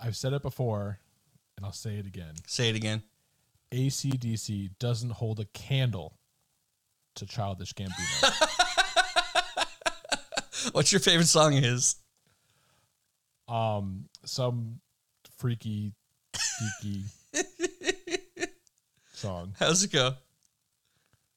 I've said it before, and I'll say it again. Say it again. ACDC doesn't hold a candle to Childish Gambino. What's your favorite song of his? um, some freaky, geeky song. How's it go?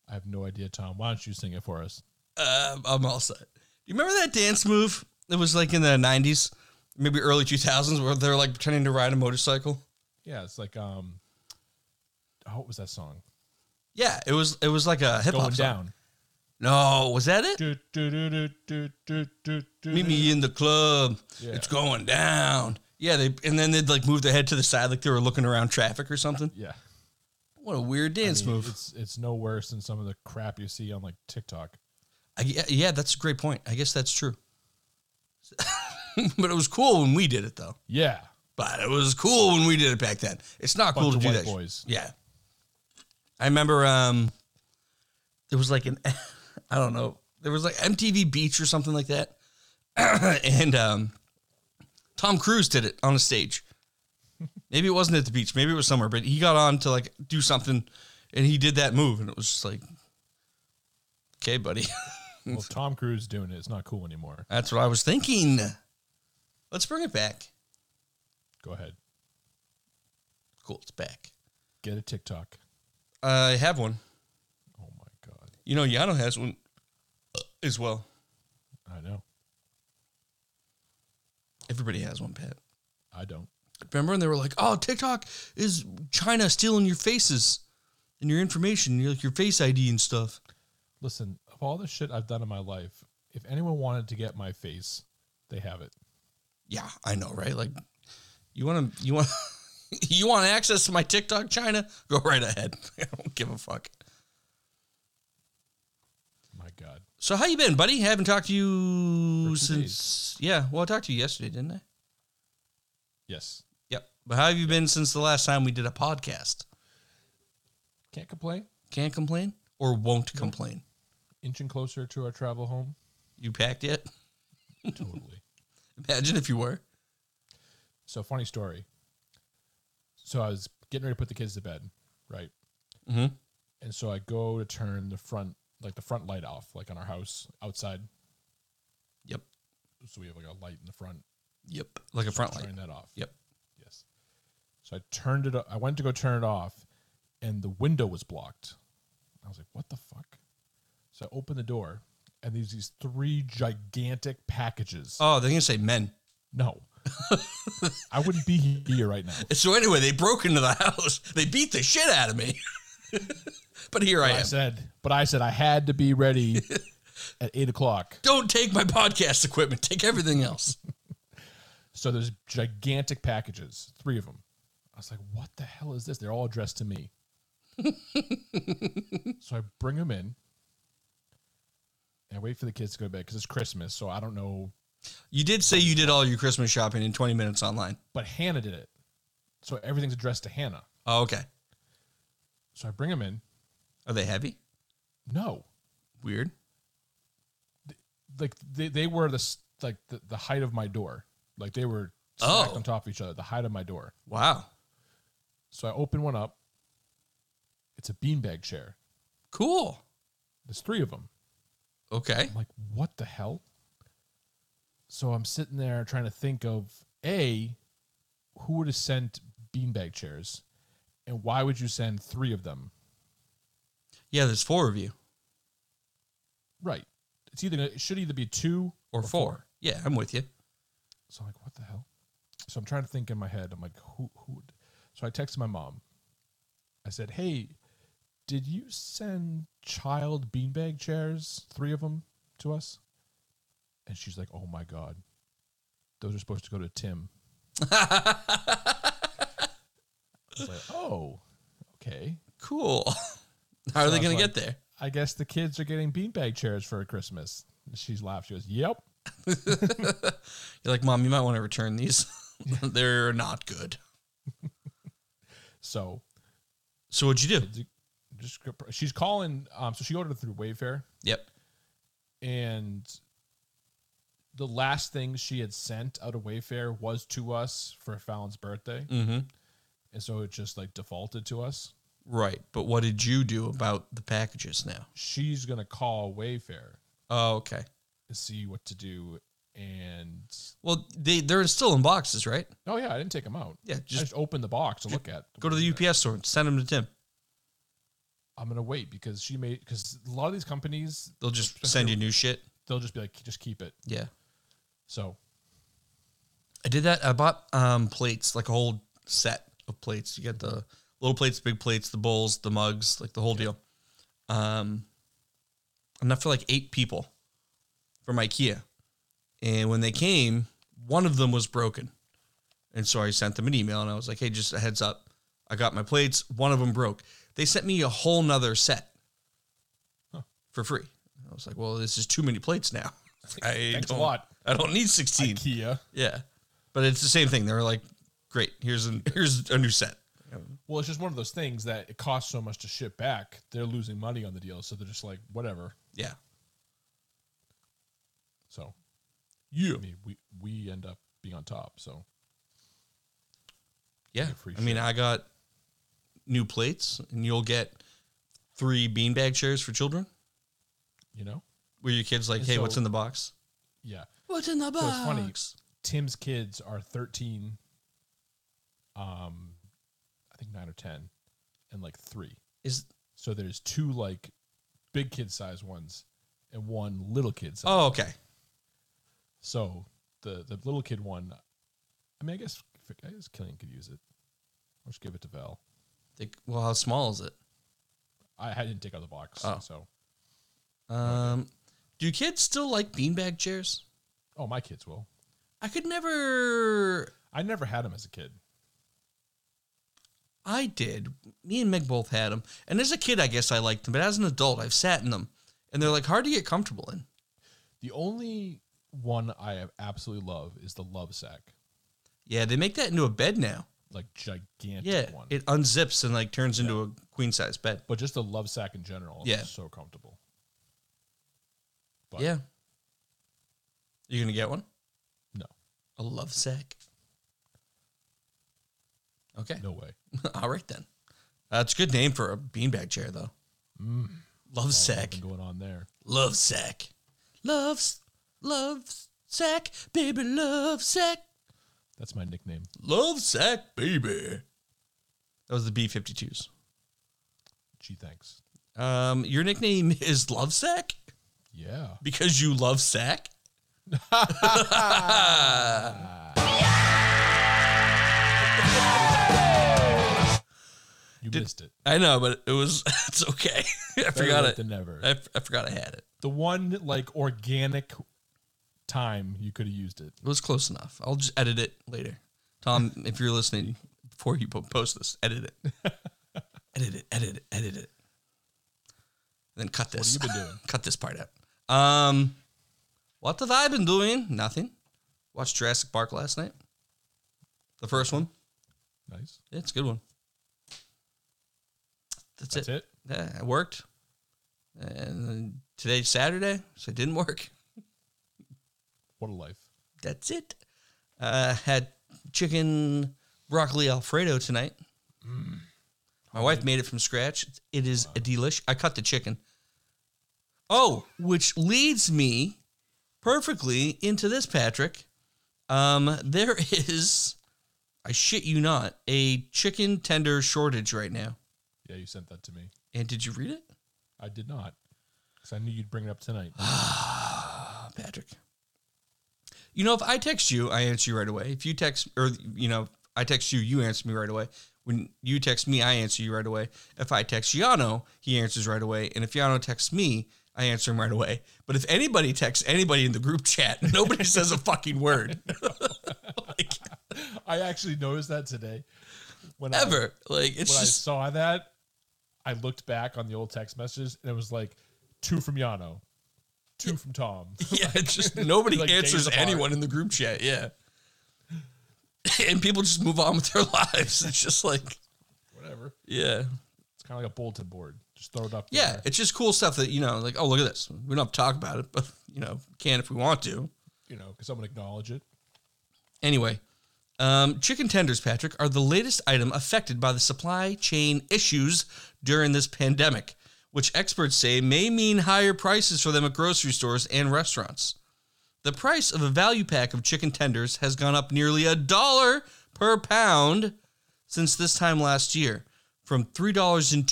I have no idea, Tom. Why don't you sing it for us? Um, I'm all set. You remember that dance move? It was like in the 90s, maybe early 2000s, where they're like pretending to ride a motorcycle. Yeah, it's like um, oh, what was that song? Yeah, it was. It was like a hip Going hop song. down. No, was that it? Do, do, do, do, do, do, do, do, Meet do. me in the club. Yeah. It's going down. Yeah, they and then they'd like move their head to the side like they were looking around traffic or something. Yeah, What a weird dance I mean, move. It's it's no worse than some of the crap you see on like TikTok. I, yeah, yeah, that's a great point. I guess that's true. but it was cool when we did it though. Yeah, But it was cool when we did it back then. It's not cool bunch to of do white that. boys. Yeah. I remember um there was like an I don't know. There was like MTV Beach or something like that. and um Tom Cruise did it on a stage. Maybe it wasn't at the beach, maybe it was somewhere, but he got on to like do something and he did that move and it was just like Okay, buddy. Well, Tom Cruise doing it. It's not cool anymore. That's what I was thinking. Let's bring it back. Go ahead, Cool, it's back. get a TikTok. I have one. Oh my god, You know, Yano has one uh, as well. I know. Everybody has one, Pat. I don't. Remember when they were like, "Oh, TikTok is China stealing your faces and your information, your like your face ID and stuff." Listen, of all the shit I've done in my life, if anyone wanted to get my face, they have it. Yeah, I know, right? Like, you want to, you want, you want access to my TikTok, China? Go right ahead. I don't give a fuck. My god, So, how you been, buddy? Haven't talked to For two you since. Yeah, well, I talked to you yesterday, didn't I? yes, Yep. But how have you been since the last time we did a podcast? can't complain. Can't complain or won't complain. Inching closer to our travel home. You packed yet? Totally. Imagine if you were. So funny story. So I was getting ready to put the kids to bed, right? Mhm. And so I go to turn the front, like the front light off, like on our house outside. Yep. So we have like a light in the front. Yep. Like a front Turn light. that off. Yep. Yes. So I turned it. o- I went to go turn it off, and the window was blocked. I was like, "What the fuck?" So I opened the door, and there's these three gigantic packages. Oh, they're gonna say men. no, I wouldn't be here right now. So anyway, they broke into the house. They beat the shit out of me. but here I I am. said, but I said I had to be ready at eight o'clock. Don't take my podcast equipment. Take everything else. So there's gigantic packages, three of them. I was like, what the hell is this? They're all addressed to me. so I bring them in and I wait for the kids to go to bed because it's Christmas. So I don't know. You did say you did all your Christmas shopping in 20 minutes online. But Hannah did it. So everything's addressed to Hannah. Oh, okay. So I bring them in. Are they heavy? No. Weird. Like they, they were the, s- like the, the height of my door. Like they were stacked Oh. on top of each other, the height of my door. Wow. So I open one up. It's a beanbag chair. Cool. There's three of them. Okay. I'm like, what the hell? So I'm sitting there trying to think of A, who would have sent beanbag chairs? And why would you send three of them? Yeah, there's four of you Right. It's either it should either be two or four. Yeah, I'm with you. So I'm like, what the hell? So I'm trying to think in my head. I'm like, who who would- so I texted my mom. I said, Hey, did you send child beanbag chairs, three of them, to us? And she's like, Oh my god. Those are supposed to go to Tim. I was like, Oh, okay. Cool. How are they Sounds gonna like- get there? I guess the kids are getting beanbag chairs for Christmas. She's laughed. She goes, Yep. You're like, mom, you might want to return these. They're not good. So So what'd you do? just she's calling um so she ordered through Wayfair. Yep. and the last thing she had sent out of Wayfair was to us for Fallon's birthday, Mm-hmm. and so it just like defaulted to us. Right. But what did you do about the packages now? She's gonna call Wayfair Oh, okay. and see what to do. And Well, they they're still in boxes, right? oh yeah, I didn't take them out. Yeah. Just, I Just just opened the box to look at. go to the UPS store and send them to Tim. I'm gonna wait because she made because a lot of these companies They'll just send you new shit. they'll just be like just keep it. Yeah. So I did that. I bought um, plates, like a whole set of plates. You get the little plates, big plates, the bowls, the mugs, like the whole deal. Um, enough for like eight people from IKEA. And when they came, one of them was broken. And so I sent them an email and I was like, hey, just a heads up. I got my plates. One of them broke. They sent me a whole nother set for free. I was like, well, this is too many plates now. I Thanks a don't, lot. I don't need 16. Kia. Yeah, but it's the same thing. They were like, "Great, here's an here's a new set." Well, it's just one of those things that it costs so much to ship back. They're losing money on the deal, so they're just like whatever. Yeah, So you, I mean, we we end up being on top. So yeah. Yeah, free I mean, I got new plates, and you'll get three beanbag chairs for children. you know, Where your kids like, And "Hey, so- what's in the box?" yeah. What's in the box? it's funny. Tim's kids are 13, um, I think nine or 10, and like three. Is So there's two like big kid size ones and one little kid size. oh okay. So the, the little kid one, I mean, I guess, I guess Killian could use it. I'll just give it to Val. They- well, how small is it? I, I didn't take out the box. Oh. So, Um, do kids still like beanbag chairs? oh, my kids will. I could never. I never had them as a kid. I did. Me and Meg both had them. And as a kid, I guess I liked them, but as an adult, I've sat in them, and they're like hard to get comfortable in. The only one I have absolutely love is the love sack, Yeah, they make that into a bed now. like gigantic Yeah, one. it unzips and like turns into a queen size bed. but just the love sack in general. Yeah. is so comfortable. But- yeah, you gonna get one? No, A love sack. Okay, no way. all right then. That's a good name for a beanbag chair though. Mm. Love sack, Nothing going on there. love sack, love, s- love sack, baby, love sack, That's my nickname. love sack, baby. That was the B 52s. Gee, thanks. Um, your nickname is Love Sack Yeah. because you love sack. You missed it. I know, but it was it's okay. I Better forgot late it. Than never. I, I forgot I had it. the one like organic time you could have used it. It was close enough. I'll just edit it later. Tom, if you're listening, before you po- post this, edit it. edit it. Edit it. Edit it. then cut this. you been doing? cut this part out. Um, what have I been doing? Nothing. Watched Jurassic Park last night. The first one. Nice. Yeah, it's a good one. That's, That's it. it. Yeah, I worked. And then today's Saturday, so it didn't work. What a life. That's it. Uh, had chicken broccoli alfredo tonight. My wife made it from scratch. It is a delish. I cut the chicken. Oh, which leads me perfectly into this, Patrick. Um, there is, I shit you not, a chicken tender shortage right now. Yeah, you sent that to me. And did you read it? I did not, because I knew you'd bring it up tonight. Ah, Patrick. You know, if I text you, I answer you right away. If you text, or you know, I text you, you answer me right away. When you text me, I answer you right away. If I text Yano, he answers right away. And if Yano texts me, I answer him right away. But if anybody texts anybody in the group chat, nobody says a fucking word like, I actually noticed that today. When I, ever. Like it's when I just saw that, I looked back on the old text messages and it was like two from Yano, two from Tom. yeah, it's just nobody Like days answers apart. anyone in the group chat. Yeah, and people just move on with their lives. It's just like Whatever. yeah. It's kind of like a bulletin board. Just throw it up. Yeah, there. it's just cool stuff that you know, like oh look at this. We don't have to talk about it, but you know, can if we want to. you know, could someone acknowledge it? Anyway, um, chicken tenders, Patrick, are the latest item affected by the supply chain issues during this pandemic, which experts say may mean higher prices for them at grocery stores and restaurants. The price of a value pack of chicken tenders has gone up nearly a dollar per pound since this time last year, from $3.02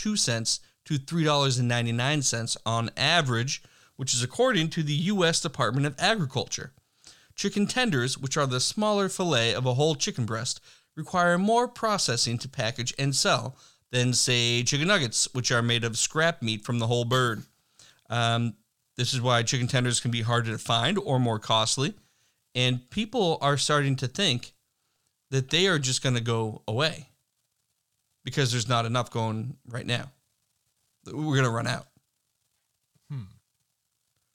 to $3.99 on average, which is according to the U.S. Department of Agriculture. Chicken tenders, which are the smaller fillet of a whole chicken breast, require more processing to package and sell than, say, chicken nuggets, which are made of scrap meat from the whole bird. Um, this is why chicken tenders can be harder to find or more costly. And people are starting to think that they are just going to go away because there's not enough going right now. We're going to run out. Hmm.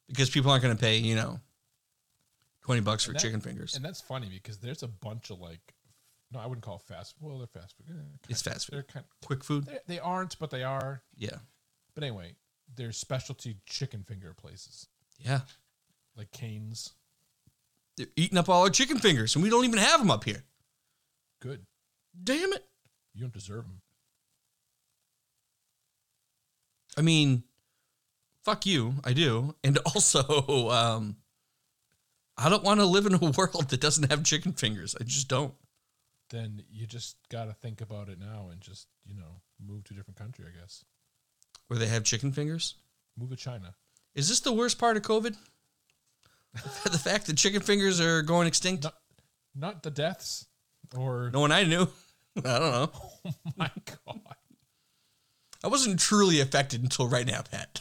Because people aren't going to pay, you know, 20 bucks for that- chicken fingers. And that's funny because there's a bunch of like, no, I wouldn't call it fast. Well, they're fast food. Eh, kind It's of. fast food. They're kind. Quick food. They're, they aren't, but they are. Yeah. But anyway, there's specialty chicken finger places Yeah. like Canes. They're eating up all our chicken fingers and we don't even have them up here. Good. Damn it. You don't deserve them. I mean, fuck you. I do. And also, um, I don't want to live in a world that doesn't have chicken fingers. I just don't. Then you just got to think about it now and just you know move to a different country. I guess Where they have chicken fingers? move to China. Is this the worst part of COVID? the fact that chicken fingers are going extinct? Not not the deaths or No one I knew. I don't know. my god. I wasn't truly affected until right now, Pat.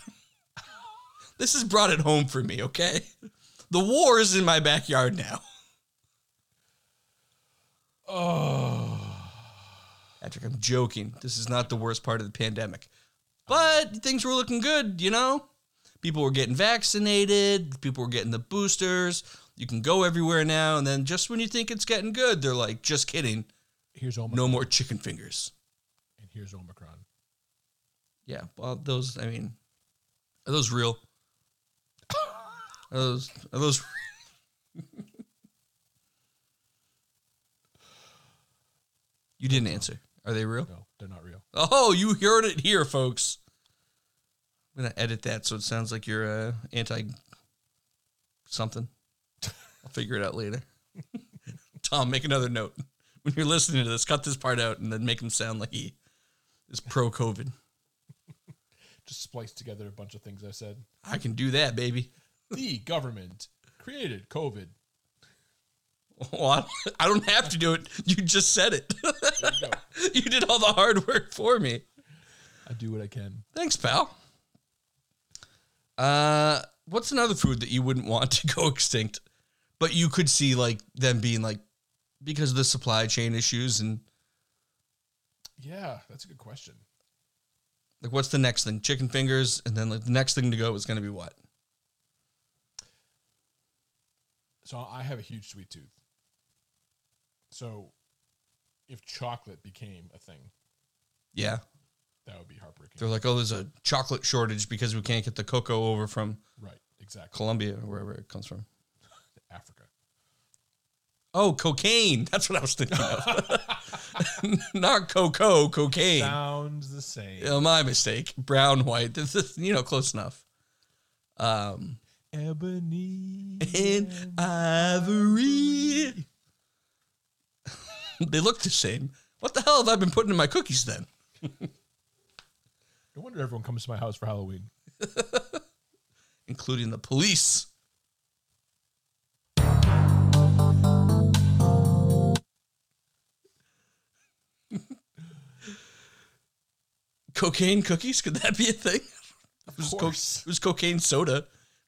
this has brought it home for me, okay? The war is in my backyard now. Oh. Patrick, I'm joking. This is not the worst part of the pandemic. But things were looking good, you know? People were getting vaccinated, people were getting the boosters. You can go everywhere now. And then just when you think it's getting good, they're like, just kidding. Here's Omicron. No more chicken fingers. And here's Omicron. Yeah, well, those. I mean, are those real? Are those? Are those? you didn't answer. Are they real? No, they're not real. Oh, you heard it here, folks. I'm gonna edit that so it sounds like you're uh, anti something. I'll figure it out later. Tom, make another note when you're listening to this. Cut this part out and then make him sound like he is pro COVID. Just spliced together a bunch of things I said. I can do that, baby. The government created COVID. Well, I- I don't have to do it. You just said it. There you go. you did all the hard work for me. I do what I can. Thanks, pal. Uh, what's another food that you wouldn't want to go extinct, but you could see like them being like because of the supply chain issues and Yeah, that's a good question. like what's the next thing? Chicken fingers, and then like the next thing to go is going to be what? So I have a huge sweet tooth. So if chocolate became a thing, Yeah, that would be heartbreaking. they're like, oh, there's a chocolate shortage because we can't get the cocoa over from right, exactly. Colombia or wherever it comes from. Africa. Oh, cocaine. That's what I was thinking of. Not cocoa, cocaine. Sounds the same. Oh, my mistake. Brown, white. This is, you know, close enough. Um, Ebony. and and- ivory. they look the same. What the hell have I been putting in my cookies then? No wonder everyone comes to my house for Halloween. Including the police. Cocaine cookies? Could that be a thing? Of It was, co- it was cocaine soda.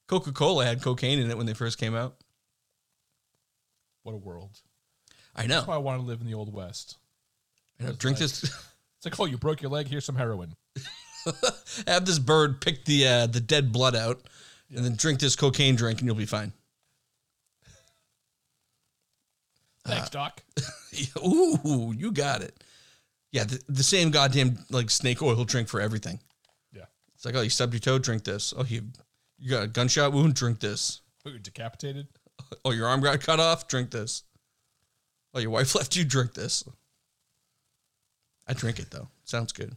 Coca Cola had cocaine in it when they first came out. What a world. I That's know. why I want to live in the old west. I know. Drink this. It's like, oh, you broke your leg. Here's some heroin. Have this bird pick the uh, the dead blood out, and then drink this cocaine drink, and you'll be fine. Thanks, Uh-huh. Doc. Ooh, you got it. Yeah, the, the same goddamn like snake oil drink for everything. Yeah. It's like, oh, you stubbed your toe, drink this. Oh, you you got a gunshot wound, drink this. Who, decapitated? Oh, your arm got cut off? Drink this. Oh, your wife left you? Drink this. I drink it though. Sounds good.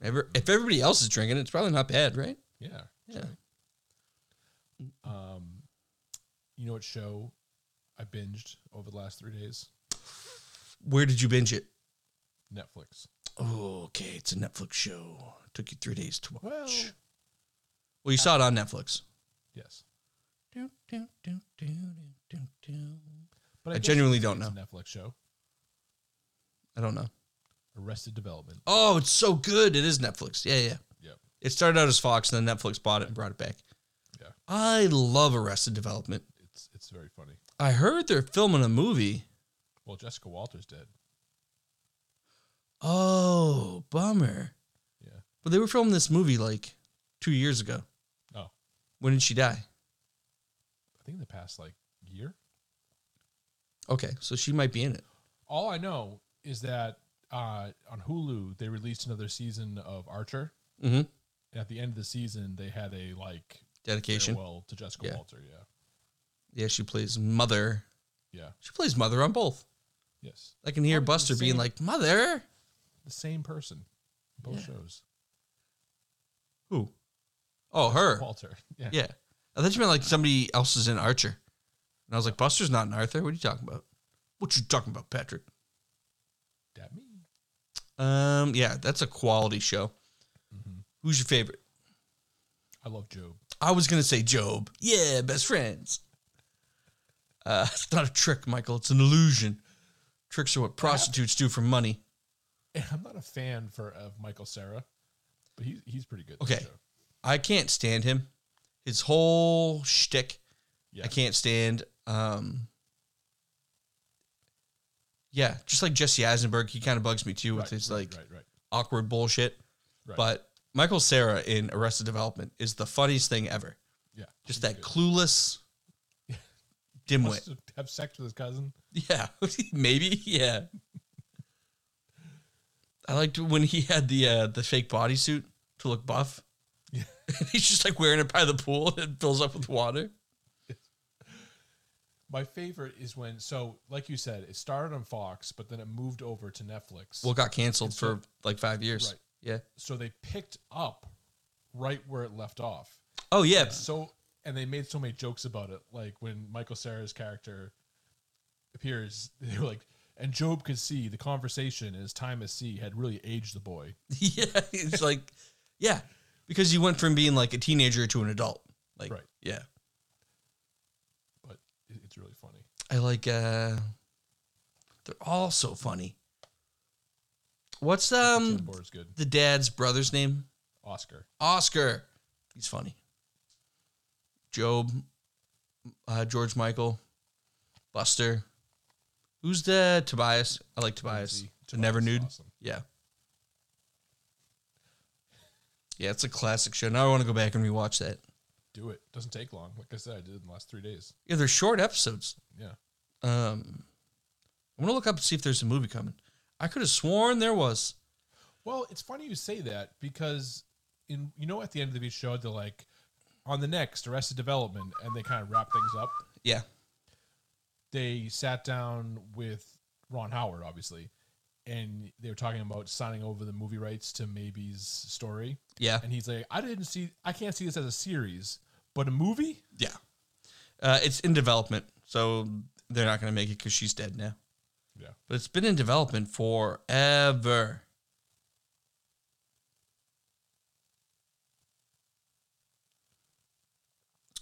Ever- If everybody else is drinking it, it's probably not bad, right? Yeah. Yeah. Um, you know what show I binged over the last three days? Where did you binge it? Netflix. Oh, okay. It's a Netflix show. Took you three days to watch. Well- Well, you saw it on Netflix. Yes. Do, do, do, do, do, do, do. But I guess genuinely don't it's know. a Netflix show. I don't know. Arrested Development. Oh, it's so good. It is Netflix. Yeah, yeah. Yep. It started out as Fox, and then Netflix bought it and brought it back. Yeah. I love Arrested Development. It's it's very funny. I heard they're filming a movie. Well, Jessica Walter's dead. Oh, bummer. Yeah. But they were filming this movie like two years ago. Oh. When did she die? I think in the past like year. Okay, so she might be in it. All I know is that uh, on Hulu they released another season of Archer. Mm-hmm. And at the end of the season, they had a like Dedication. farewell to Jessica Yeah. Walter. Yeah. Yeah, she plays mother. Yeah. She plays mother on both. Yes. I can hear Probably the Buster being same- like, "Mother, The same person. Both Yeah. shows. who? Oh, her. Walter. Yeah. Yeah. I thought you meant like somebody else is in Archer, and I was like, "Buster's not in Arthur. What are you talking about? What you talking about, Patrick?" That me. Um, yeah, that's a quality show. Who's your favorite? I love Job. I was gonna say Job. Yeah, best friends. Uh, it's not a trick, Michael. It's an illusion. Tricks are what prostitutes do for money. And I'm not a fan for of Michael Sarah, but he's he's pretty good. in the Okay, show. I can't stand him. His whole shtick, Yeah. I can't stand. Um, yeah, just like Jesse Eisenberg, he kind of bugs me too with Right, his right, like right, right, awkward bullshit. right. But Michael Sarah in Arrested Development is the funniest thing ever. yeah, Just he's that good. clueless dimwit. Wants to have sex with his cousin. Yeah, maybe. Yeah. I liked when he had the uh, the fake bodysuit to look buff. Yeah. He's just like wearing it by the pool and it fills up with water. My favorite is when so like you said, it started on Fox, but then it moved over to Netflix. Well, it got canceled It's so- for like five years. Right. Yeah. so they picked up right where it left off. Oh yeah. So and they made so many jokes about it, like when Michael Sarah's character appears, they were like, and Job could see the conversation and his time at sea had really aged the boy. yeah. It's like, yeah, because you went from being like a teenager to an adult. Like, Right. yeah. But it- it's really funny. I like. uh They're all so funny. What's Jim um Bohr is good. the dad's brother's name? Oscar. Oscar. He's funny. Job, uh, George Michael, Buster. Who's the Tobias? I like Tobias. Lindsay. The Never Tobias is nude. awesome. Yeah. Yeah, it's a classic show. Now I want to go back and rewatch that. Do it. Doesn't take long. Like I said, I did in the last three days. Yeah, they're short episodes. Yeah. Um, I'm gonna look up and see if there's a movie coming. I could have sworn there was. Well, it's funny you say that because in you know at the end of the show they're like on the next Arrested Development and they kind of wrap things up. Yeah. They sat down with Ron Howard, obviously, and they were talking about signing over the movie rights to Maybe's story. Yeah. And he's like, I didn't see, I can't see this as a series, but a movie. Yeah. Uh, it's in development, so they're not going to make it because she's dead now. Yeah. But it's been in development forever.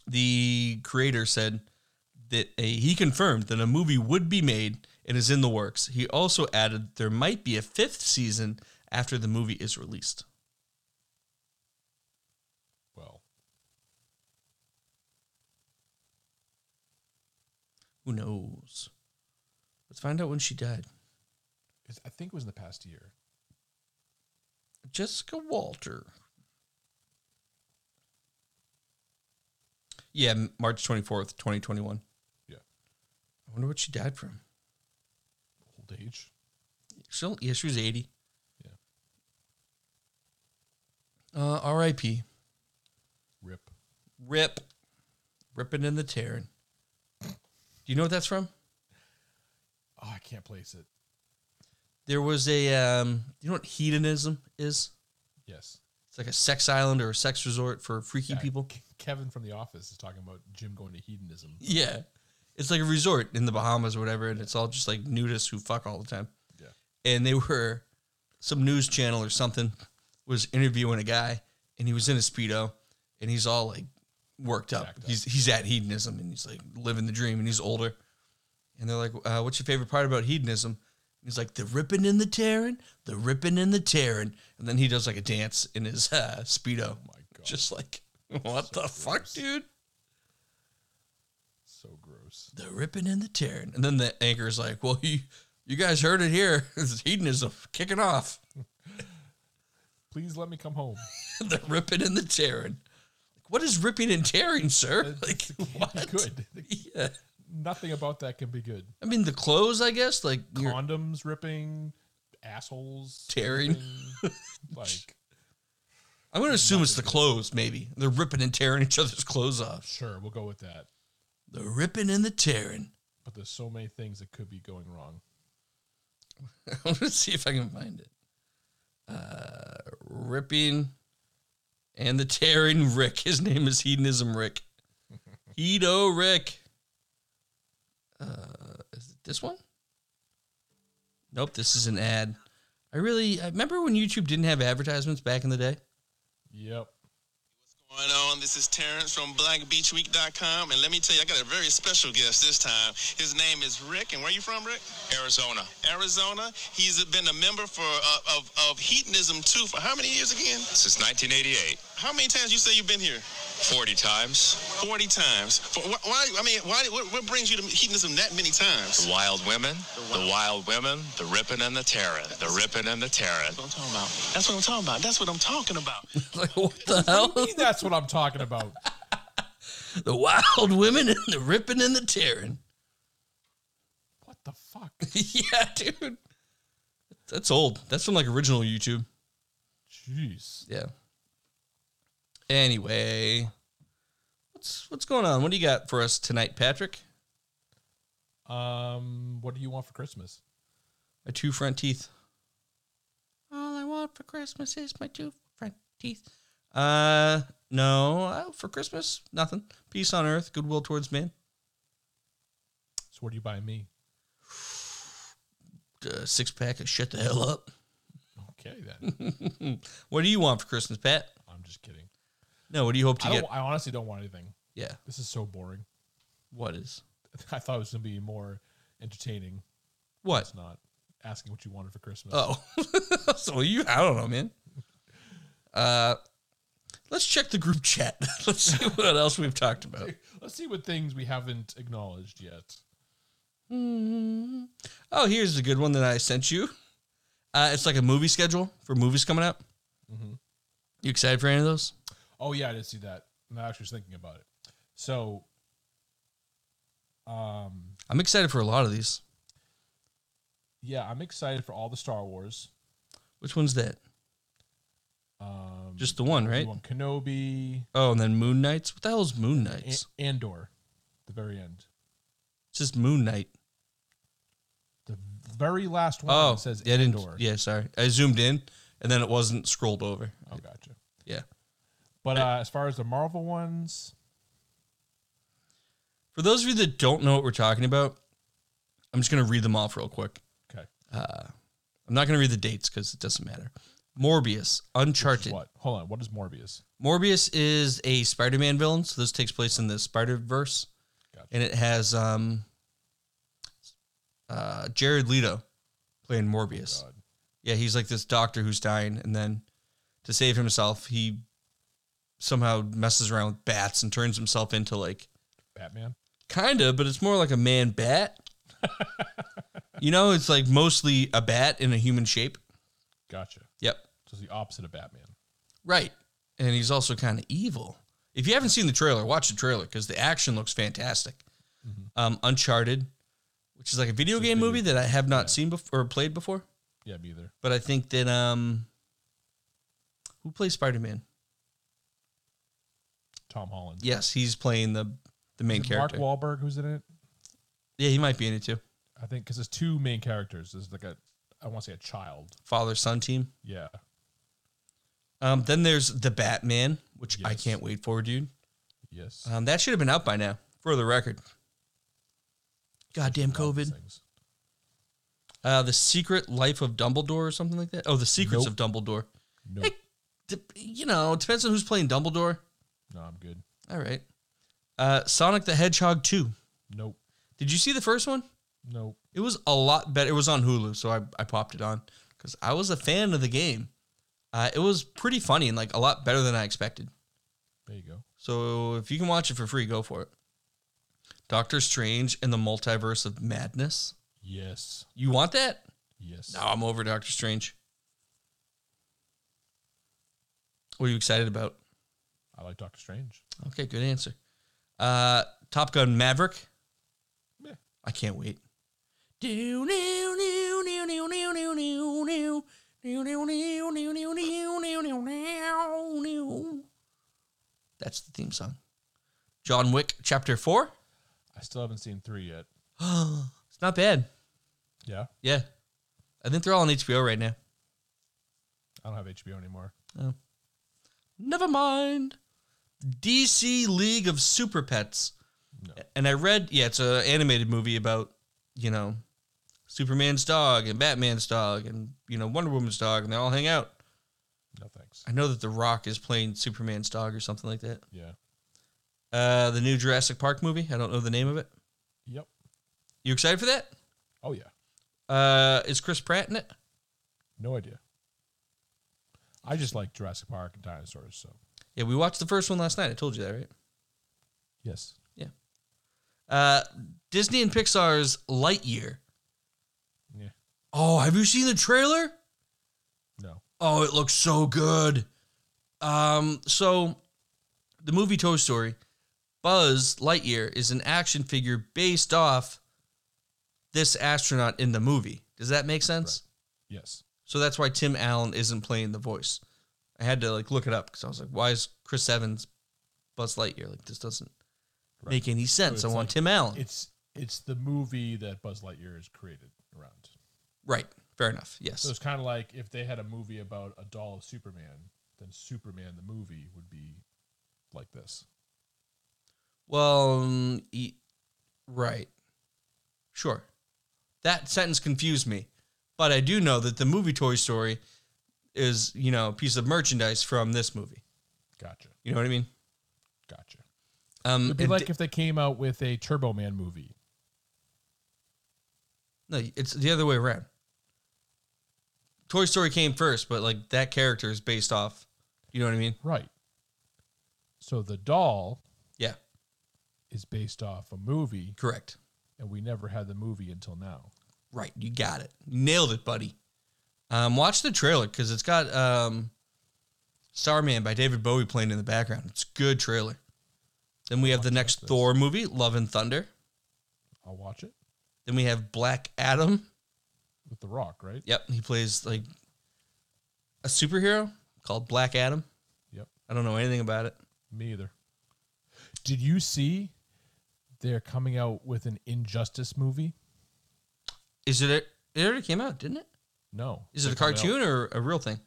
The creator said that a, he confirmed that a movie would be made and is in the works. He also added there might be a fifth season after the movie is released. Well, Who knows? Let's find out when she died. it's, I think it was in the past year. Jessica Walter. Yeah, M- March 24th, 2021. Yeah. I wonder what she died from. Old age. She'll, yeah, she was 80. Yeah. Uh, R.I.P. Rip. Rip. Ripping in the tearing. you know what that's from? Oh, I can't place it. There was a, um, you know what hedonism is? Yes. It's like a sex island or a sex resort for freaky Yeah, people. K- Kevin from The Office is talking about Jim going to hedonism. Yeah. It's like a resort in the Bahamas or whatever, and it's all just like nudists who fuck all the time. Yeah. And they were some news channel or something was interviewing a guy and he was in a speedo and he's all like worked up. Jacked up. He's he's at hedonism and he's like living the dream and he's older. And they're like, uh, what's your favorite part about hedonism? And he's like, the ripping and the tearing, the ripping and the tearing. And then he does like a dance in his uh, speedo. Oh my God. Just like, what the fuck, gross. dude? So gross. the ripping and the tearing. And then the anchor's like, well, you, you guys heard it here. It's hedonism kicking off. Please let me come home. the ripping and the tearing. What is ripping and tearing, sir? Like, what? Good. Yeah. Nothing about that can be good. I mean, the clothes, I guess, like you're Condoms ripping, assholes tearing. ripping, like I'm going to assume it's the clothes, maybe. They're ripping and tearing each other's clothes off. sure, we'll go with that. The ripping and the tearing. But there's so many things that could be going wrong. I'm going to see if I can find it. Uh, ripping and the tearing Rick. His name is Hedonism Rick. Hedo Rick. Uh, is it this one? Nope, this is an ad. I really I remember when YouTube didn't have advertisements back in the day. Yep. going on? This is Terrence from BlackBeachWeek.com, and let me tell you, I got a very special guest this time. His name is Rick, and where you from, Rick? Arizona. Arizona. He's been a member for uh, of of Hedonism too for how many years again? Since 1988, How many times you say you've been here? 40 times. Forty times. For, wh- why? I mean, why? What, what brings you to Hedonism that many times? The wild women, the wild women, the ripping and the tearing, the ripping and the tearing. That's what I'm talking about. That's what I'm talking about. like That's what I'm talking about. what the hell? That's what I'm talking about. The wild women and the ripping and the tearing. What the fuck? yeah, dude. That's old. That's from like original YouTube. Jeez. Yeah. Anyway, what's what's going on? What do you got for us tonight, Patrick? Um, what do you want for Christmas? My two front teeth. All I want for Christmas is my two front teeth. Uh, no, uh, for Christmas, nothing. Peace on earth, goodwill towards men. So what do you buy me? Uh, six pack of shut the hell up. Okay then. What do you want for Christmas, Pat? I'm just kidding. No, what do you hope to I get? don't I honestly don't want anything. yeah, This is so boring. what is I thought it was gonna be more entertaining. what? It's not asking what you wanted for Christmas. Oh, so you? I don't know, man. Uh, let's check the group chat. let's see what else we've talked about. Let's see what things we haven't acknowledged yet. Oh, here's a good one that I sent you. Uh, it's like a movie schedule for movies coming up. Mm-hmm. You excited for any of those? Oh yeah, I did see that. And I actually was thinking about it. So, um, I'm excited for a lot of these. yeah, I'm excited for all the Star Wars. Which one's that? Um, Just the one, you right? want Kenobi, Oh, and then Moon Knights. What the hell is Moon A- Knights? Andor, the very end, It's just Moon Knight. the very last one Oh, that says yeah, I didn't- Andor. Yeah, sorry. I zoomed in, and then it wasn't scrolled over. Oh, gotcha. Yeah. But uh, as far as the Marvel ones, For those of you that don't know what we're talking about, I'm just going to read them off real quick. okay, I'm not going to read the dates because it doesn't matter. Morbius, Uncharted. what? Hold on, what is Morbius? Morbius is a Spider-Man villain, so this takes place in the Spider-Verse, Gotcha. and it has um, uh, Jared Leto playing Morbius. Oh, God. yeah, he's like this doctor who's dying, and then to save himself, he somehow messes around with bats and turns himself into like Batman. Kinda, but it's more like a man bat. you know, it's like mostly a bat in a human shape. Gotcha. Yep. So it's the opposite of Batman. Right. And he's also kind of evil. If you haven't seen the trailer, watch the trailer because the action looks fantastic. Um, Uncharted, which is like a video game movie that I have not seen before or played before, Yeah, me either. but I think that um, who plays Spider Man? Tom Holland. Yes, he's playing the the main Is it character. Mark Wahlberg, who's in it? Yeah, he might be in it too. I think because there's two main characters. There's like a, I want to say a child. Father son team. Yeah, Um, then there's the Batman, which I Yes. can't wait for, dude. yes. Um, that should have been out by now, for the record. Goddamn All these COVID. things. Uh, the Secret Life of Dumbledore or something like that. Oh, the Secrets Nope. of Dumbledore. No, Hey, d- you know, depends on who's playing Dumbledore. no, I'm good. All right. Uh, Sonic the Hedgehog 2. Nope, Did you see the first one? nope. It was a lot better. It was on Hulu, so I, I popped it on because I was a fan of the game. Uh, it was pretty funny and like a lot better than I expected. There you go. So if you can watch it for free, go for it. Doctor Strange and the Multiverse of Madness. Yes, You want that? yes. No, I'm over Doctor Strange. What are you excited about? I like Doctor Strange. Okay, good answer. Uh, Top Gun Maverick. Meh. I can't wait. That's the theme song. John Wick Chapter 4. I still haven't seen three yet. It's not bad. Yeah, Yeah. I think they're all on HBO right now. I don't have HBO anymore. Never mind. DC League of Super Pets. No. And I read, yeah, it's an animated movie about, you know, Superman's dog and Batman's dog and, you know, Wonder Woman's dog and they all hang out. No thanks. I know that The Rock is playing Superman's dog or something like that. Yeah. Uh, the new Jurassic Park movie. I don't know the name of it. Yep. You excited for that? Oh yeah. Uh, is Chris Pratt in it? No idea. I just like Jurassic Park and dinosaurs. So Yeah, we watched the first one last night. I told you that, right? yes, Uh, Disney and Pixar's Lightyear. Yeah. Oh, have you seen the trailer? no. Oh, it looks so good. Um, so the movie Toy Story, Buzz Lightyear is an action figure based off this astronaut in the movie. Does that make sense? Yes. So that's why Tim Allen isn't playing the voice. I had to like look it up because I was like, why is Chris Evans Buzz Lightyear? Like this doesn't Right. make any sense. it's I want like- Tim Allen. It's it's the movie that Buzz Lightyear is created around. right. Fair enough. Yes. So it's kind of like if they had a movie about a doll of Superman, then Superman the movie would be like this. Well, um, e- right. Sure. That sentence confused me. But I do know that the movie Toy Story is, you know, a piece of merchandise from this movie. Gotcha. You know what I mean? Gotcha. Um, It'd be and like di- if they came out with a Turbo Man movie. no, it's the other way around. Toy Story came first, but like that character is based off. You know what I mean? Right. So the doll Yeah, is based off a movie, correct. and we never had the movie until now. Right, you got it. Nailed it, buddy. Um, watch the trailer because it's got um, Starman by David Bowie playing in the background. It's a good trailer. Then we have the next Thor movie, Love and Thunder. I'll watch it Then we have Black Adam. with The Rock, right? Yep, he plays like a superhero called Black Adam. Yep. I don't know anything about it. Me either. Did you see they're coming out with an Injustice movie? Is it? It already came out, didn't it? No. Is it They're a coming out- cartoon or a real thing?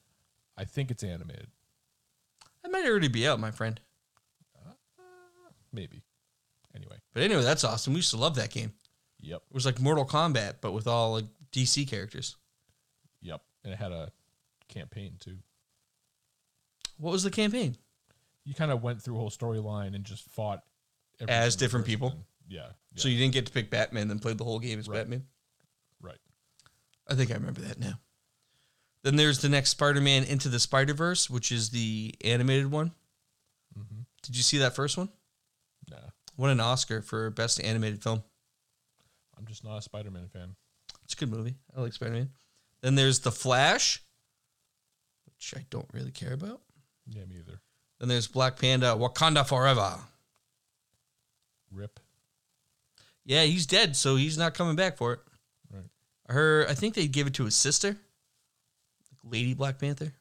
I think it's animated. That might already be out, my friend. Maybe. Anyway. But anyway, that's awesome. We used to love that game. Yep. It was like Mortal Kombat, but with all like DC characters. Yep. And it had a campaign too. What was the campaign? You kind of went through a whole storyline and just fought every As single different person people? and- Yeah. yeah So you didn't get to pick Batman, then played the whole game as Right. Batman. right. I think I remember that now. Then there's the next Spider-Man Into the Spider-Verse, which is the animated one. Did you see that first one? Nah. Won an Oscar for best animated film. I'm just not a Spider-Man fan. It's a good movie. I like Spider-Man. Then there's the Flash, which I don't really care about. Yeah, me either. Then there's Black Panda, Wakanda Forever. Rip. Yeah, he's dead, so he's not coming back for it. Right. Her, I think they gave it to his sister, Lady Black Panther,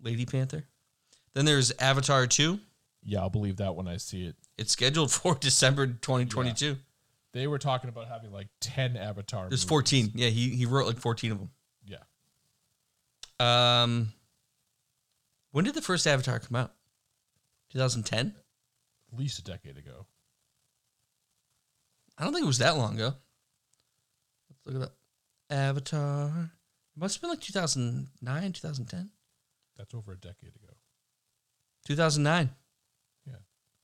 Lady Panther. Then there's Avatar two, Yeah, I'll believe that when I see it. It's scheduled for December 2022. They were talking about having like ten Avatar. There's movies. 14. Yeah, he, he wrote like 14 of them. Yeah, Um, when did the first Avatar come out? 2010? at least a decade ago. I don't think it was that long ago. Let's look it up. Avatar. It must have been like 2009, 2010. That's over a decade ago. 2009. Yeah.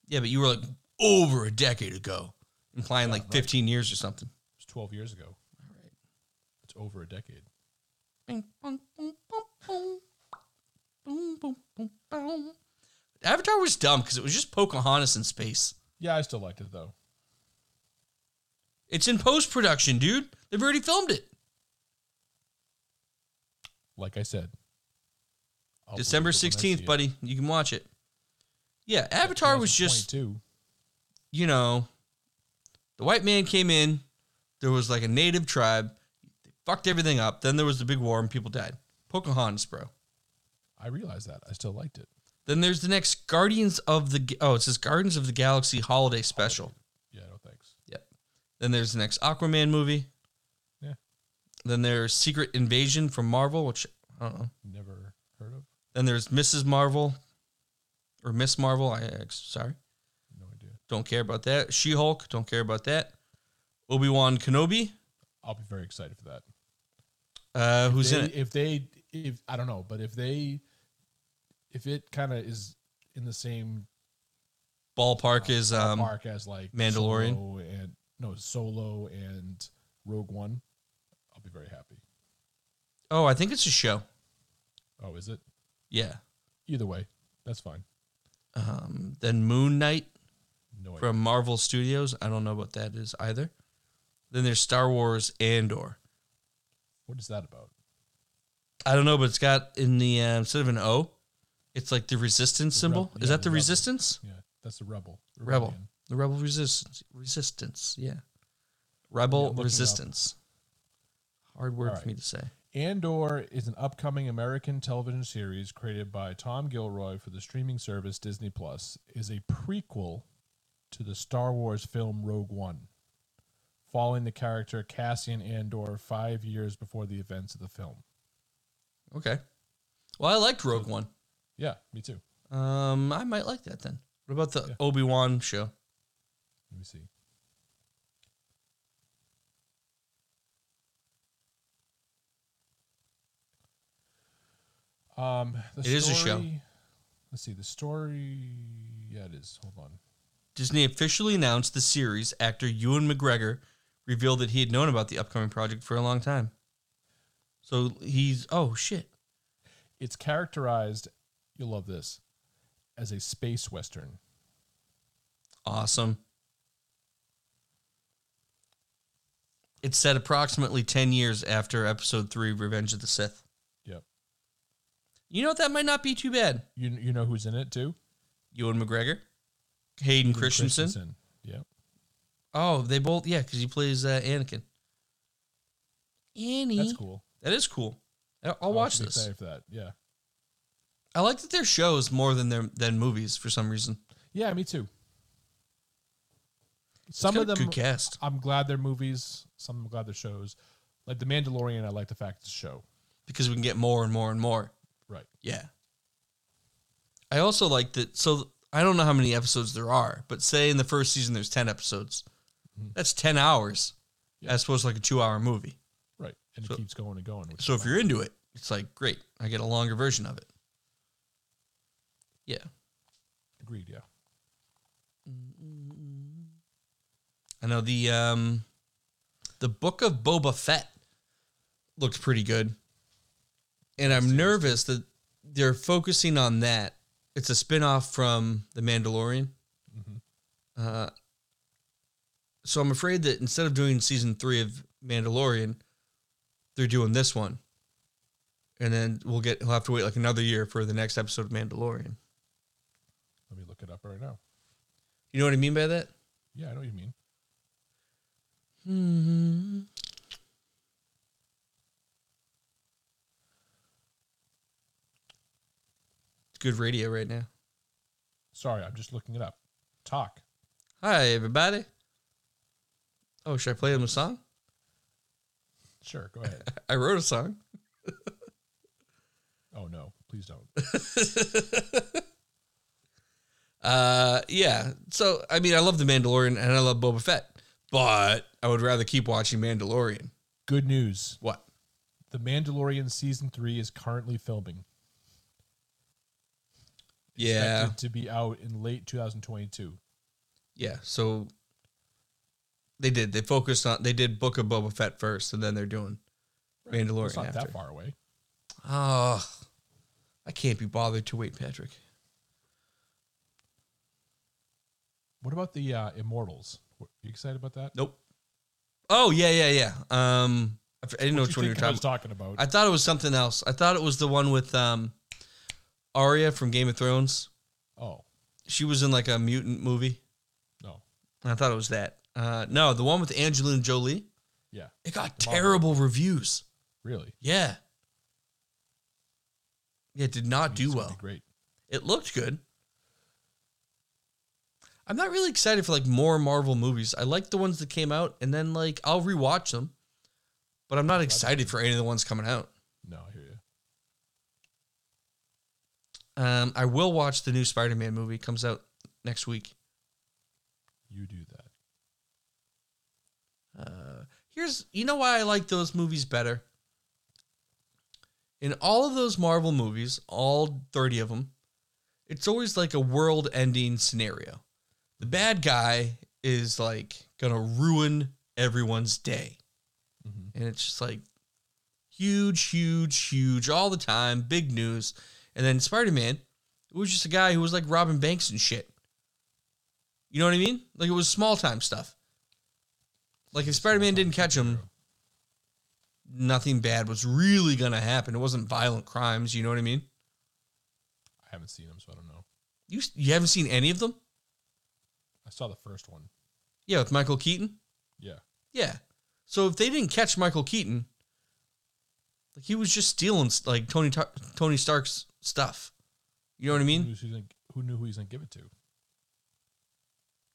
Yeah, but you were like over a decade ago, implying like 15 years or something. It's twelve years ago. It's over a decade. Bing, bong, boom, boom, boom. Boom, boom, boom, boom. Avatar was dumb because it was just Pocahontas in space. Yeah, I still liked it though. It's in post production, dude. They've already filmed it. Like I said, I'll December believe it when I see 16th, it. buddy. You can watch it. Yeah, Avatar was just 2022. you know, the white man came in, there was like a native tribe, they fucked everything up. Then there was the big war and people died. Pocahontas, bro. I realized that. I still liked it. Then there's the next Guardians of the Ga- oh, it says Guardians of the Galaxy Holiday Special. Yeah, no thanks. Yep. Then there's the next Aquaman movie. Yeah. Then there's Secret Invasion from Marvel, which I don't know. Never heard of. Then there's Mrs. Marvel or Miss Marvel. I I- sorry. No idea. Don't care about that. She Hulk. Don't care about that. Obi Wan Kenobi. I'll be very excited for that. Uh, who's they, in it? If they, if I don't know, but if they, if it kind of is in the same Ballpark is um, park as like Mandalorian? Solo and no Solo and Rogue One, I'll be very happy. oh, I think it's a show. Oh, is it? Yeah. Either way, that's fine. Um, then Moon Knight No idea. from Marvel Studios. I don't know what that is either. Then there's Star Wars Andor. What is that about? I don't know, but it's got in the uh, instead of an O, it's like the Resistance symbol. Reb- is yeah, that the, the Rebel. Resistance? Yeah, that's the Rebel. Rebel. Rebellion. The Rebel Resistance. Resistance. Yeah. Yeah, Rebel I'm looking it up. Resistance. Hard word All for me to say. Andor is an upcoming American television series created by Tom Gilroy for the streaming service Disney Plus. is a prequel to the Star Wars film Rogue One, following the character Cassian Andor 5 years before the events of the film. Okay. Well, I liked Rogue One. Yeah, me too. Um, I might like that then. What about the Yeah. Obi Wan show? Let me see. Um, the It is a show. story- Let's see the story. Yeah, it is. Hold on. Disney officially announced the series. Actor Ewan McGregor revealed that he had known about the upcoming project for a long time. So he's oh shit. It's characterized. You'll love this as a space western. Awesome. It's set approximately 10 years after episode 3 Revenge of the Sith. Yep. You know what? That might not be too bad. You you know who's in it too? Ewan McGregor, Hayden Christensen. Yep. Oh, they both, yeah, because he plays uh, Anakin. Annie. That's cool. That is cool. I- I'll was watch pretty this. Excited for that. Yeah. I like that they're shows more than their than movies for some reason. Yeah, me too. Some got of a them good cast. I'm glad they're movies. Some I'm glad they're shows. Like The Mandalorian, I like the fact it's a show. because we can get more and more and more. Right. Yeah. I also like that. So I don't know how many episodes there are, but say in the first season there's 10 episodes. Mm-hmm. That's 10 hours as opposed to like a two hour movie. Right. And So- it keeps going and going. which So is if you're into it, it's like, great, I get a longer version of it. Yeah. fine. agreed, yeah. I know the um the book of Boba Fett looked pretty good. And I'm nervous that they're focusing on that. It's a spin-off from The Mandalorian. Uh, so I'm afraid that instead of doing season 3 of Mandalorian, they're doing this one. And then we'll get he'll have to wait like another year for the next episode of Mandalorian. Let me look it up right now. You know what I mean by that? Yeah, I know what you mean. hmm Good radio right now. Sorry, I'm just looking it up. Talk. Hi, everybody. Oh, should I play them a song? Sure, go ahead. I wrote a song. oh no, please don't. Uh, yeah. So, I mean, I love The Mandalorian and I love Boba Fett, but I would rather keep watching Mandalorian. Good news. What? The Mandalorian season three is currently filming. Yeah. Expected to be out in late 2022. Yeah. So they did. They focused on, they did Book of Boba Fett first, and then they're doing Mandalorian It's not after. that far away. Oh, I can't be bothered to wait, Patrick. What about the uh, Immortals? Wh- you excited about that? Nope. Oh, yeah, yeah, yeah. Um, I f- I didn't know What which do one you you were think I talking was about. talking about? I thought it was something else. I thought it was the one with um, Arya from Game of Thrones. oh She was in like a mutant movie. no, I thought it was that. Uh, no, the one with Angelina Jolie. yeah, It got terrible reviews. really. Yeah. Yeah, it did not do It's gonna be well. Great. It looked good. I'm not really excited for like more Marvel movies. I like the ones that came out, and then like I'll rewatch them, but I'm not excited for any of the ones coming out. No, I hear you. Um, I will watch the new Spider-Man movie. It comes out next week. You do that. Uh, here's you know why I like those movies better. In all of those Marvel movies, all 30 of them, it's always like a world-ending scenario. The bad guy is like going to ruin everyone's day. Mhm. And it's just like huge, huge, huge all the time, big news. And then Spider-Man, it was just a guy who was like robbing banks and shit. You know what I mean? Like it was small time stuff. Like if Spider Man didn't catch him, nothing bad was really gonna happen. It wasn't violent crimes. You know what I mean? I haven't seen them, so I don't know. You you haven't seen any of them? I saw the first one. Yeah, with Michael Keaton. Yeah, Yeah. So if they didn't catch Michael Keaton, like he was just stealing like Tony Tar- Tony Stark's stuff. You know what I who, mean? knew who's gonna, who knew who he's gonna give it to?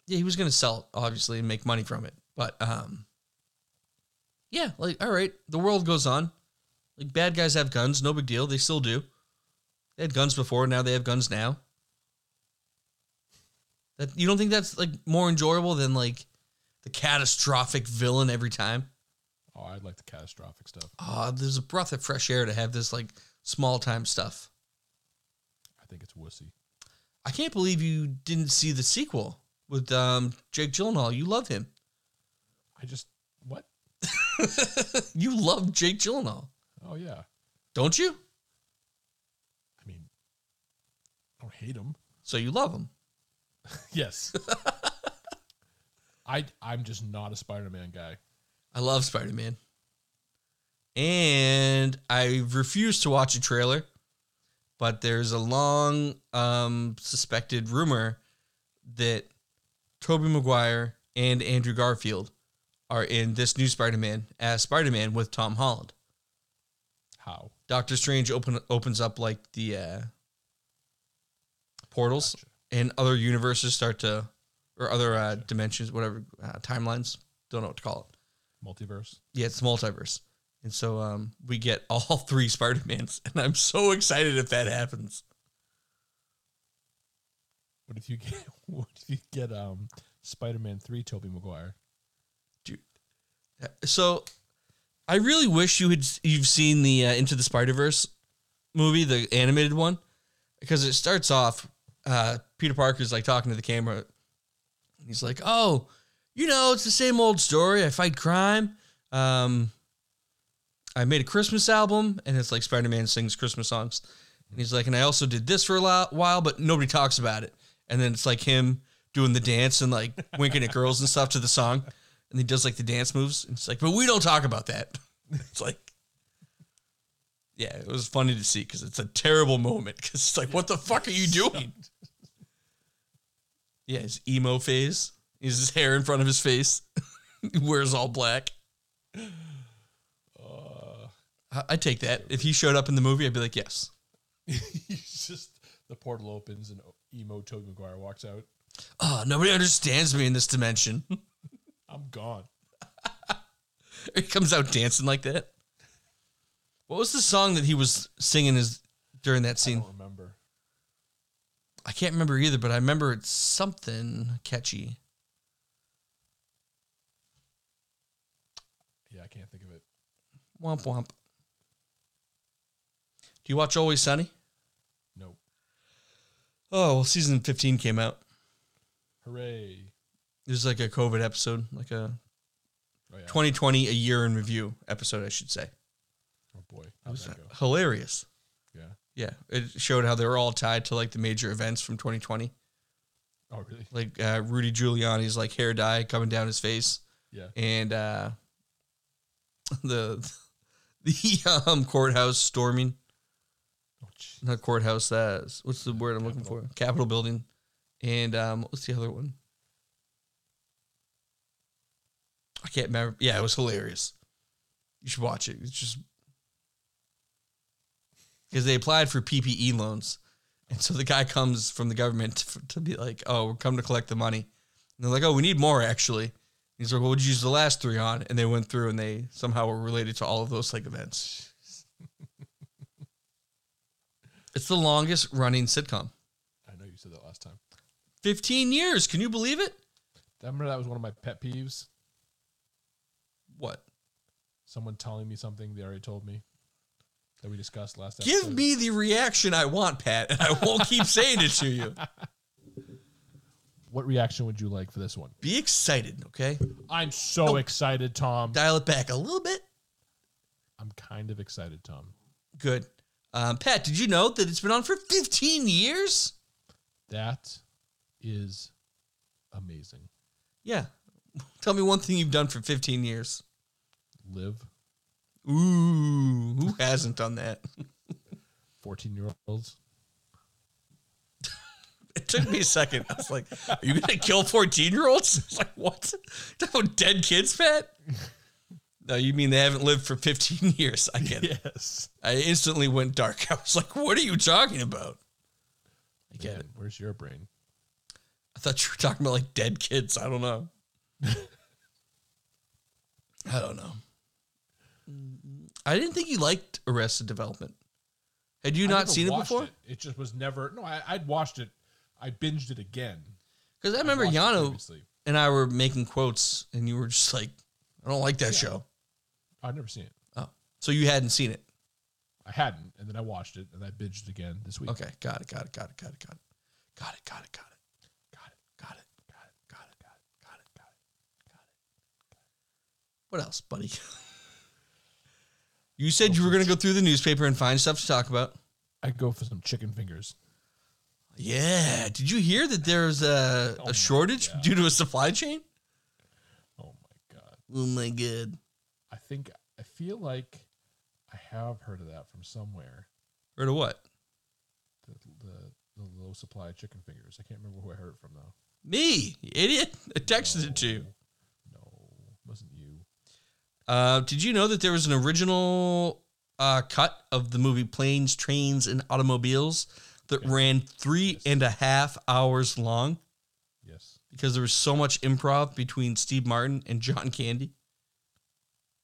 Yeah, he was gonna sell it obviously and make money from it. But um, yeah, like all right, the world goes on. Like bad guys have guns, no big deal. They still do. They had guns before, now they have guns now. That you don't think that's like more enjoyable than like the catastrophic villain every time? Oh, I'd like the catastrophic stuff. Ah, there's a breath of fresh air to have this like small time stuff. I think it's wussy. I can't believe you didn't see the sequel with um, Jake Gyllenhaal. You love him. I just what? You love Jake Gyllenhaal, Oh yeah. don't you? I mean, I don't hate him. So you love him. Yes. I I'm just not a Spider-Man guy. I love Spider Man. And I refuse to watch a trailer, but there's a long um, suspected rumor that Tobey Maguire and Andrew Garfield are in this new Spider Man as Spider Man with Tom Holland. How? Doctor Strange open, opens up like the uh, portals Gotcha. and other universes start to, or other uh, dimensions, whatever, uh, timelines. Don't know what to call it. Multiverse. Yeah, it's the multiverse. And so um, we get all three Spider-Mans. And I'm so excited if that happens. What if you get what if you get um Spider-Man 3 Toby Maguire? So I really wish you had you've seen the uh, Into the Spider-Verse movie, the animated one, because it starts off uh, Peter Parker's like talking to the camera. And he's like, "Oh, you know, it's the same old story. I fight crime. Um, I made a Christmas album, and it's like Spider-Man sings Christmas songs." And he's like, "And I also did this for a lo- while, but nobody talks about it." And then it's like him doing the dance and like winking at girls and stuff to the song, and he does like the dance moves. And it's like, "But we don't talk about that." It's like. Yeah, it was funny to see because it's a terrible moment. Because it's like, what the fuck are you doing? Yeah, his emo phase. Is his hair in front of his face? he wears all black. I I'd take that. If he showed up in the movie, I'd be like, yes. He's just The portal opens and emo Toby McGuire walks out. Oh, nobody understands me in this dimension. I'm gone. it comes out dancing like that. What was the song that he was singing is during that I scene? don't remember. I can't remember either, but I remember it's something catchy. Yeah, I can't think of it. Womp womp. Do you watch Always Sunny? Nope. Oh, well, season 15 came out. Hooray! There's like a COVID episode, like a Oh yeah. 2020 a year in review episode, I should say. Oh boy, how'd that go? Hilarious. Yeah. Yeah, it showed how they were all tied to like the major events from 2020. Oh really? Like uh, Rudy Giuliani's like hair dye coming down his face, Yeah. and uh, the the um, courthouse storming. Oh, gee. Not courthouse. That's what's the word I'm looking for? Capitol building, and um, what's the other one? I can't remember. Yeah, it was hilarious. You should watch it. It's just because they applied for PPE loans, and so the guy comes from the government to, to be like, "Oh, we're come to collect the money," and they're like, "Oh, we need more actually." And he's like, "Well, would you use the last three on?" And they went through, and they somehow were related to all of those like events. It's the longest running sitcom. I know you said that last time. 15 years. Can you believe it? I remember that was one of my pet peeves. What? Someone telling me something they already told me that we discussed last time. Give me the reaction I want, Pat, and I won't keep saying it to you. What reaction would you like for this one? Be excited, okay? I'm so Oh. excited, Tom. Dial it back a little bit. I'm kind of excited, Tom. Good. Um, Pat, did you know that it's been on for 15 years? That is amazing. Yeah. Tell me one thing you've done for 15 years. Live Ooh, who hasn't done that? 14 year olds. It took me a second. I was like, are you going to kill 14 year olds? I was like, what? No dead kids, Pat? No, you mean they haven't lived for 15 years. I get it. Yes. I instantly went dark. I was like, what are you talking about? I get it. Man, where's your brain? I thought you were talking about like dead kids. I don't know. I don't know. I didn't think you liked Arrested Development. Had you I not never seen it watched before? It just was never. No, I, I'd watched it. I binged it again. Because I remember watched it Yano previously. and I were making quotes, and you were just like, I don't like that show. I'd never seen it. Oh, so you hadn't seen it. I hadn't, and then I watched it, and I binged it again this week. Okay, got it, got it, got it, got it, got it. Got it, got it, got it. Got it, got it, got it, got it, got it, got it, got it, got it. What else, buddy? you said you were going to go through the newspaper and find stuff to talk about. I'd go for some chicken fingers. Yeah. Did you hear that there's a, a shortage due to a supply chain? Oh my god! Oh my god. I think I feel like I have heard of that from somewhere. Or to what? The the, the low supply of chicken fingers. I can't remember who I heard it from though. Me, you idiot. I texted it to you. No, it wasn't you. Uh, did you know that there was an original uh, cut of the movie Planes, Trains, and Automobiles that ran three and a half hours long Yes. because there was so much improv between Steve Martin and John Candy?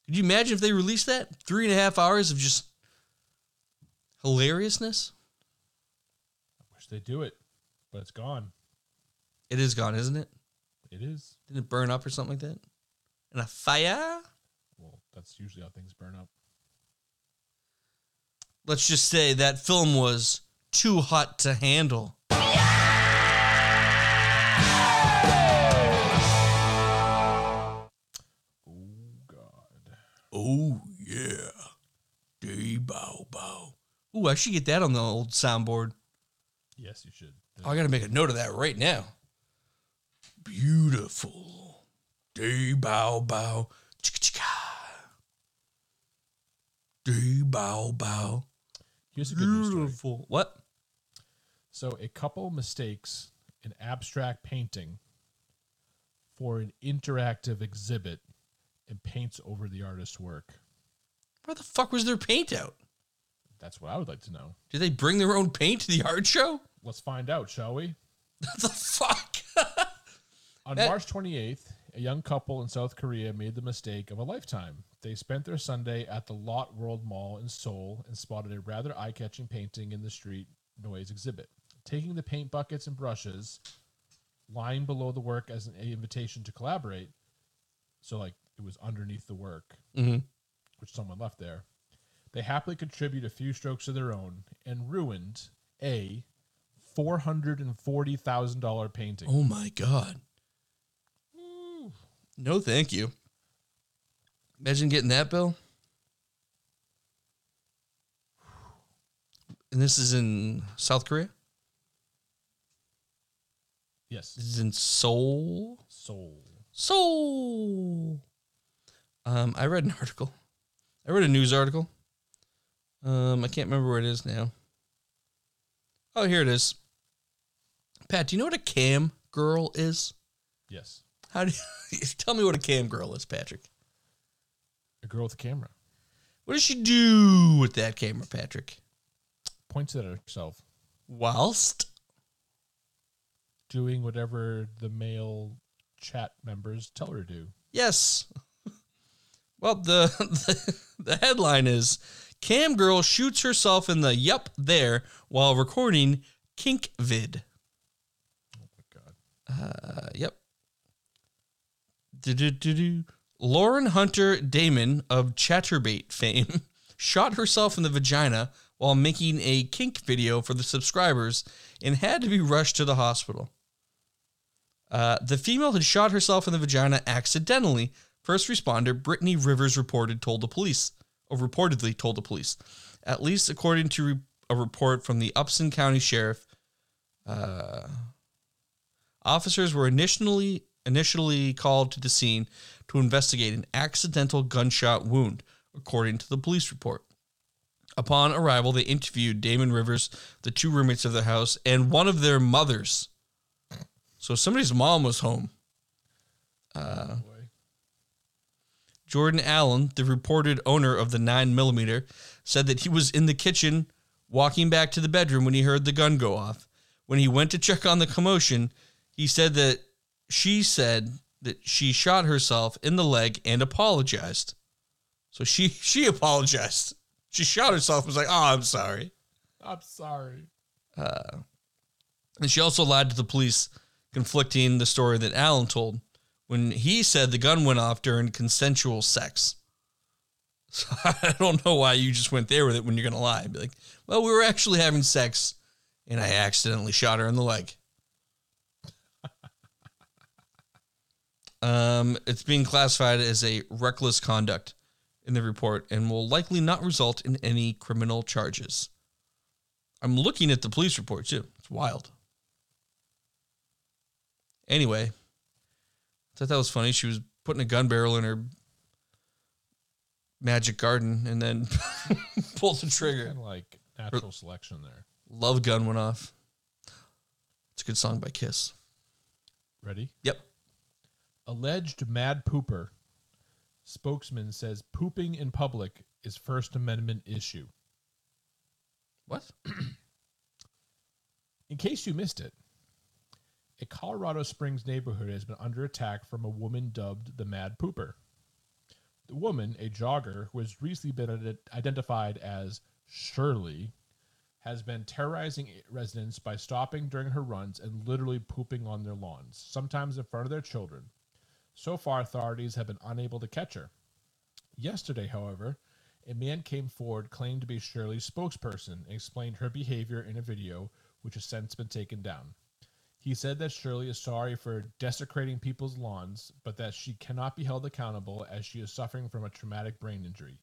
Could you imagine if they released that? Three and a half hours of just hilariousness? I wish they do it, but it's gone. It is gone, isn't it? It is. Didn't it burn up or something like that? And a fire? Well, that's usually how things burn up. Let's just say that film was too hot to handle. God. Oh yeah, day bow bow. Ooh, I should get that on the old soundboard. Yes, you should. Oh, I gotta make a note of that right now. Beautiful day bow bow chicka chicka. Day bow bow. Here's a good news story. Beautiful. What? So, a couple mistakes an abstract painting for an interactive exhibit and paints over the artist's work. Where the fuck was their paint out? That's what I would like to know. Did they bring their own paint to the art show? Let's find out, shall we? the fuck? On That- March 28th, a young couple in South Korea made the mistake of a lifetime. They spent their Sunday at the Lot World Mall in Seoul and spotted a rather eye catching painting in the street noise exhibit. Taking the paint buckets and brushes, lying below the work as an invitation to collaborate. So, like, it was underneath the work, Mm-hmm. which someone left there. They happily contribute a few strokes of their own and ruined a $440,000 painting. Oh my god. No, thank you. Imagine getting that bill. And this is in South Korea. Yes. This is in Seoul. Soul. Seoul. Um, I read an article. I read a news article. Um, I can't remember where it is now. Oh, here it is. Pat, do you know what a cam girl is? Yes. How do you, tell me what a cam girl is, Patrick? A girl with a camera What does she do with that camera, Patrick? points it at herself, Whilst doing whatever the male chat members tell her to do. yes, well the the, the headline is cam girl shoots herself in the yup there while recording kink vid. God. Uh, yep. Do-do-do-do. Lauren Hunter Damon of Chatterbait fame shot herself in the vagina while making a kink video for the subscribers and had to be rushed to the hospital. Uh, the female had shot herself in the vagina accidentally. First responder Brittany Rivers reported told the police, or reportedly told the police, at least according to re- a report from the Upson County Sheriff. uh, Officers were initially initially called to the scene to investigate an accidental gunshot wound, according to the police report. Upon arrival, they interviewed Damon Rivers, the two roommates of the house, and one of their mothers. So somebody's mom was home. Boy. Jordan Allen, the reported owner of the 9mm, said that he was in the kitchen walking back to the bedroom when he heard the gun go off. When he went to check on the commotion, he said that she said that she shot herself in the leg and apologized. So she she apologized. She shot herself and was like, "Oh, I'm sorry." I'm sorry. And she also lied to the police, conflicting the story that Allen told when he said the gun went off during consensual sex. So I don't know why you just went there with it when you're going to lie. Be like, well, we were actually having sex and I accidentally shot her in the leg. um, it's being classified as a reckless conduct in the report and will likely not result in any criminal charges. I'm looking at the police report too. It's wild. Anyway, I thought that was funny. She was putting a gun barrel in her magic garden and then pulled the trigger. Kind of like natural selection there. Love Gun went off. It's a good song by Kiss. Ready? Yep. Alleged mad pooper. Spokesman says pooping in public is First Amendment issue. What? In case you missed it, a Colorado Springs neighborhood has been under attack from a woman dubbed the Mad Pooper. The woman, a jogger who has recently been ident- identified as Shirley, has been terrorizing residents by stopping during her runs and literally pooping on their lawns, sometimes in front of their children. So far, authorities have been unable to catch her. Yesterday, however, a man came forward claimed to be Shirley's spokesperson and explained her behavior in a video, which has since been taken down. He said that Shirley is sorry for desecrating people's lawns, but that she cannot be held accountable as she is suffering from a traumatic brain injury.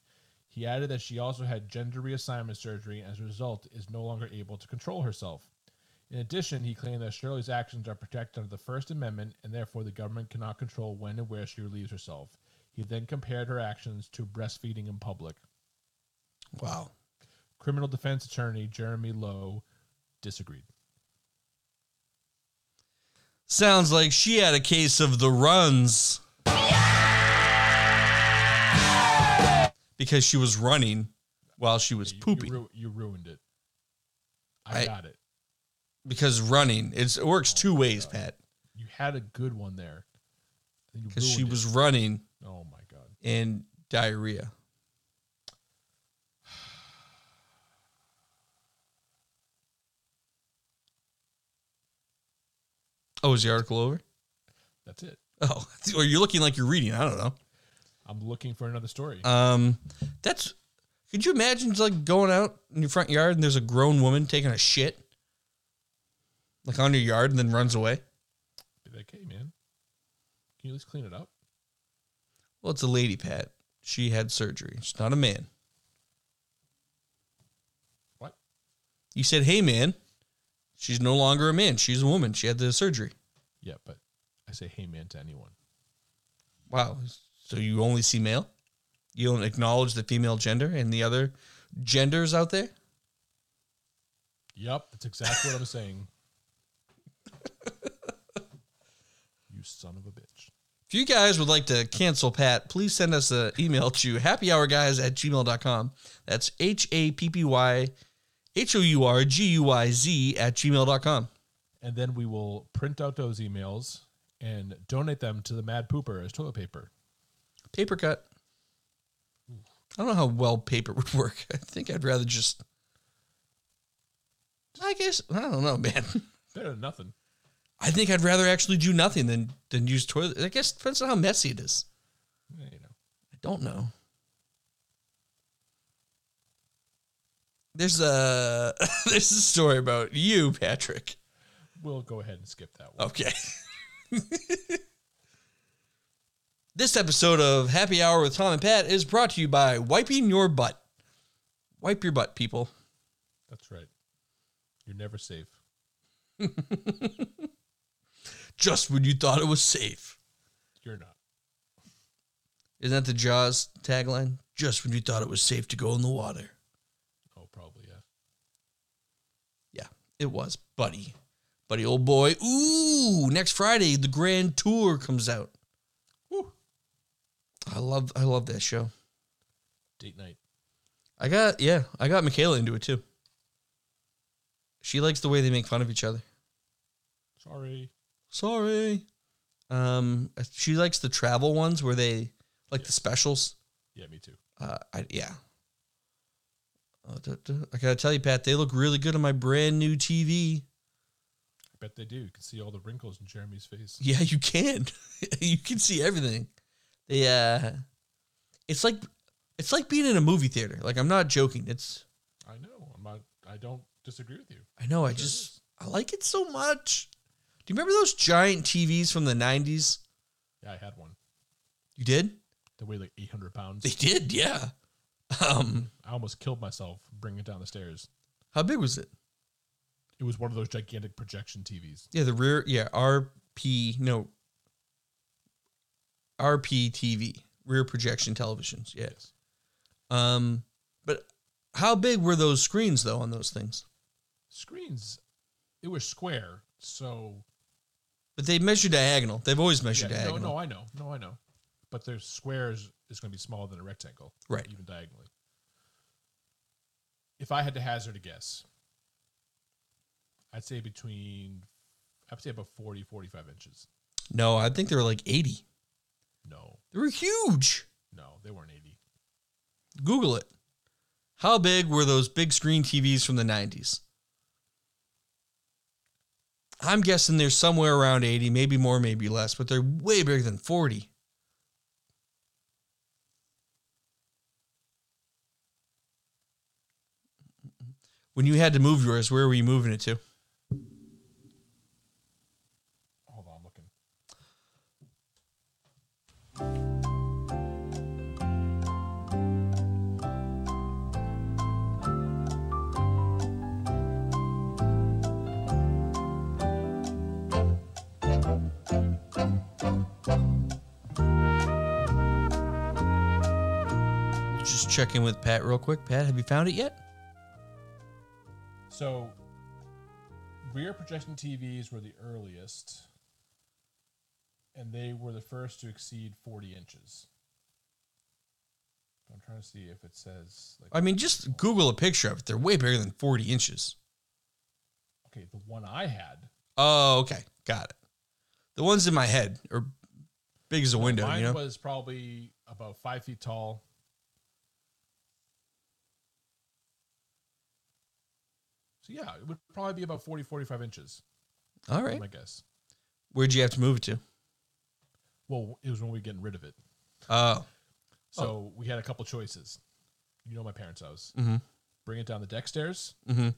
He added that she also had gender reassignment surgery and as a result is no longer able to control herself. In addition, he claimed that Shirley's actions are protected under the First Amendment and therefore the government cannot control when and where she relieves herself. He then compared her actions to breastfeeding in public. Wow. Criminal defense attorney Jeremy Lowe disagreed. Sounds like she had a case of the runs. Because she was running while she was You- pooping. You, ru- you ruined it. I, I- got it. because running it's, it works two ways, Pat. You had a good one there. and you Because she ruined it. was running Oh my god. in diarrhea. Oh, is the article over? That's it. Oh, or you're looking like you're reading. I don't know. I'm looking for another story. Um, that's. Could you imagine like going out in your front yard and there's a grown woman taking a shit, like on your yard, and then runs away? Be like, hey man, can you at least clean it up? Well, it's a lady, Pat. She had surgery. It's not a man. What? You said, "Hey, man." She's no longer a man. She's a woman. She had the surgery. Yeah, but I say hey man to anyone. Wow. So you only see male. You don't acknowledge the female gender and the other genders out there. Yep, that's exactly what I'm saying. you son of a bitch. If you guys would like to cancel Pat, please send us an email to happyhourguys at gmail.com. That's H A P P Y H O U R G U I Z at gmail.com. And then we will print out those emails and donate them to the Mad Pooper as toilet paper. Paper cut. I don't know how well paper would work. I think I'd rather just. I guess. I don't know, man. Better than nothing. I think I'd rather actually do nothing than, than use toilet. I guess it depends on how messy it is. Yeah, Eh, you know. I don't know. There's a there's a story about you, Patrick. We'll go ahead and skip that one. Okay. this episode of Happy Hour with Tom and Pat is brought to you by wiping your butt. Wipe your butt, people. That's right. You're never safe. Just when you thought it was safe. You're not. Isn't that the Jaws tagline? Just when you thought it was safe to go in the water. Oh, probably, yeah. Yeah, it was, buddy. Buddy, old boy. Ooh, next Friday the Grand Tour comes out. Woo. I love I love that show. Date night. I got yeah, I got Michaela into it too. She likes the way they make fun of each other. Sorry. Sorry. Um she likes the travel ones where they like the specials. Yeah, me too. Uh I, yeah. Uh, duh, duh. I gotta tell you, Pat, they look really good on my brand new TV. I bet they do. You can see all the wrinkles in Jeremy's face. Yeah, you can. you can see everything. They uh it's like it's like being in a movie theater. Like I'm not joking. It's I know. I'm not, I don't disagree with you. I know, I Sure just I like it so much. Do you remember those giant TVs from the nineties? Yeah, I had one. You did? They weighed like 800 pounds. They did, yeah. Um I almost killed myself bringing it down the stairs. how big was it? It was one of those gigantic projection TVs. Yeah, the rear yeah, RP no RP TV, rear projection televisions, yeah. Yes. Um but how big were those screens though on those things? Screens, it was square. So, But they measure diagonal. They've always measured yeah, no, diagonal. no, I know. No, I know. But their squares is going to be smaller than a rectangle. Right. Even diagonally. If I had to hazard a guess, I'd say between, I'd say about 40, 45 inches. no, I think they were like 80. No, They were huge. no, they weren't 80. Google it. How big were those big screen TVs from the 90s? I'm guessing they're somewhere around 80, maybe more, maybe less, but they're way bigger than 40. When you had to move yours, where were you moving it to? Hold on, I'm looking. Just check in with Pat real quick. Pat, have you found it yet? So, rear projection TVs were the earliest, and they were the first to exceed 40 inches. I'm trying to see if it says like I mean, just Google a picture of it. They're way bigger than 40 inches. okay, okay, the one I had. Oh, okay, got it. The ones in my head are big as a window. Mine you know, was probably about five feet tall. So yeah, it would probably be about 40, 45 inches, all I right. my guess. Where'd you have to move it to? Well, it was when we were getting rid of it. Oh, So we had a couple choices. You know my parents' house. Mhm. Bring it down the deck stairs, mm-hmm.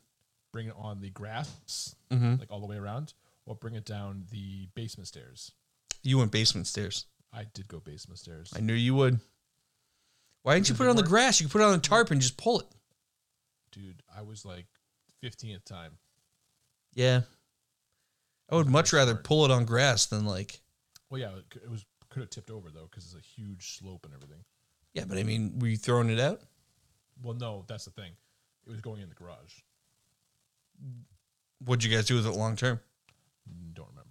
bring it on the grass, Mhm. like all the way around, or bring it down the basement stairs. you went basement stairs. I did go basement stairs. I knew you would. Why didn't you put it on the grass? You could put it on the tarp and just pull it. Dude, I was like 15th time. Yeah. I would much rather smart. pull it on grass than like. Well, yeah, it c- it was could have tipped over though because it's a huge slope and everything. Yeah, but I mean, were you throwing it out? Well, no, that's the thing. It was going in the garage. What'd you guys do with it long term? Mm, Don't remember.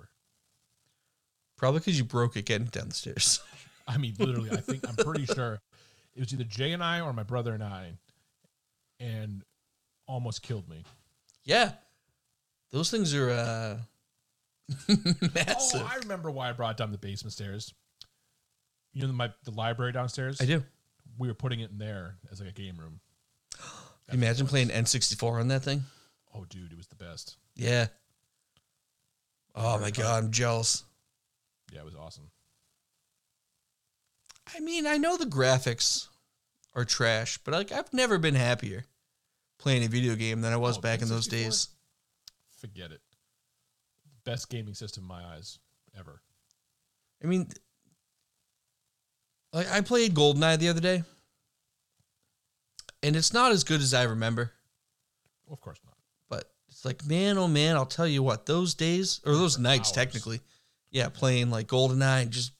Probably because you broke it getting down the stairs. I mean, literally, I think I'm pretty sure it was either Jay and I or my brother and I, and almost killed me. yeah. Those things are uh massive. Oh, I remember why I brought down the basement stairs. You know, my the library downstairs. I do. We were putting it in there as like a game room. Imagine playing N64 on that thing. Oh, dude, it was the best. Yeah. Oh my god, I'm jealous. Yeah, it was awesome. I mean, I know the graphics are trash, but like I've never been happier playing a video game than I was Oh, back in those N64? days. Forget it. Best gaming system in my eyes ever. I mean, th- like I played GoldenEye the other day, and it's not as good as I remember. Well, of course not. But it's like, man, oh man, I'll tell you what, those days or those nights, hours. technically, yeah, playing like GoldenEye and just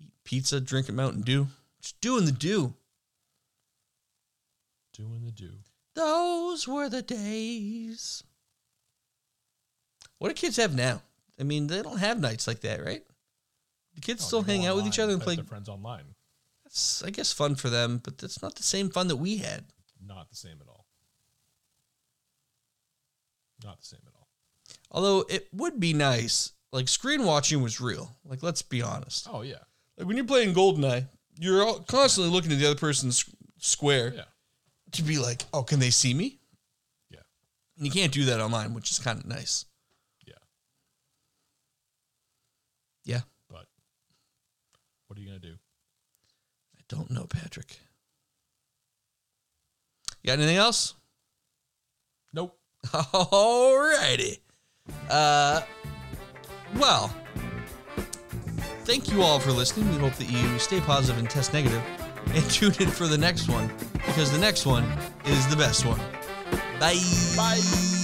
eat pizza, drinking Mountain Dew, just doing the do. Doing the do. Those were the days. What do kids have now? I mean, they don't have nights like that, right? The kids No, still Oh, they go hang out with each online, other and bet play. their friends online. That's, I guess, fun for them, but that's not the same fun that we had. Not the same at all. Not the same at all. Although it would be nice. Like screen watching was real. Like let's be honest. Oh yeah, Like when you're playing GoldenEye, you're all constantly looking at the other person's square yeah, to be like, oh, can they see me? Yeah. And you can't do that online, which is kind of nice. yeah. Yeah. But what are you gonna do? I don't know, Patrick. You got anything else? Nope. Alrighty. Uh, well, thank you all for listening. We hope that you stay positive and test negative, and tune in for the next one because the next one is the best one. Bye. Bye.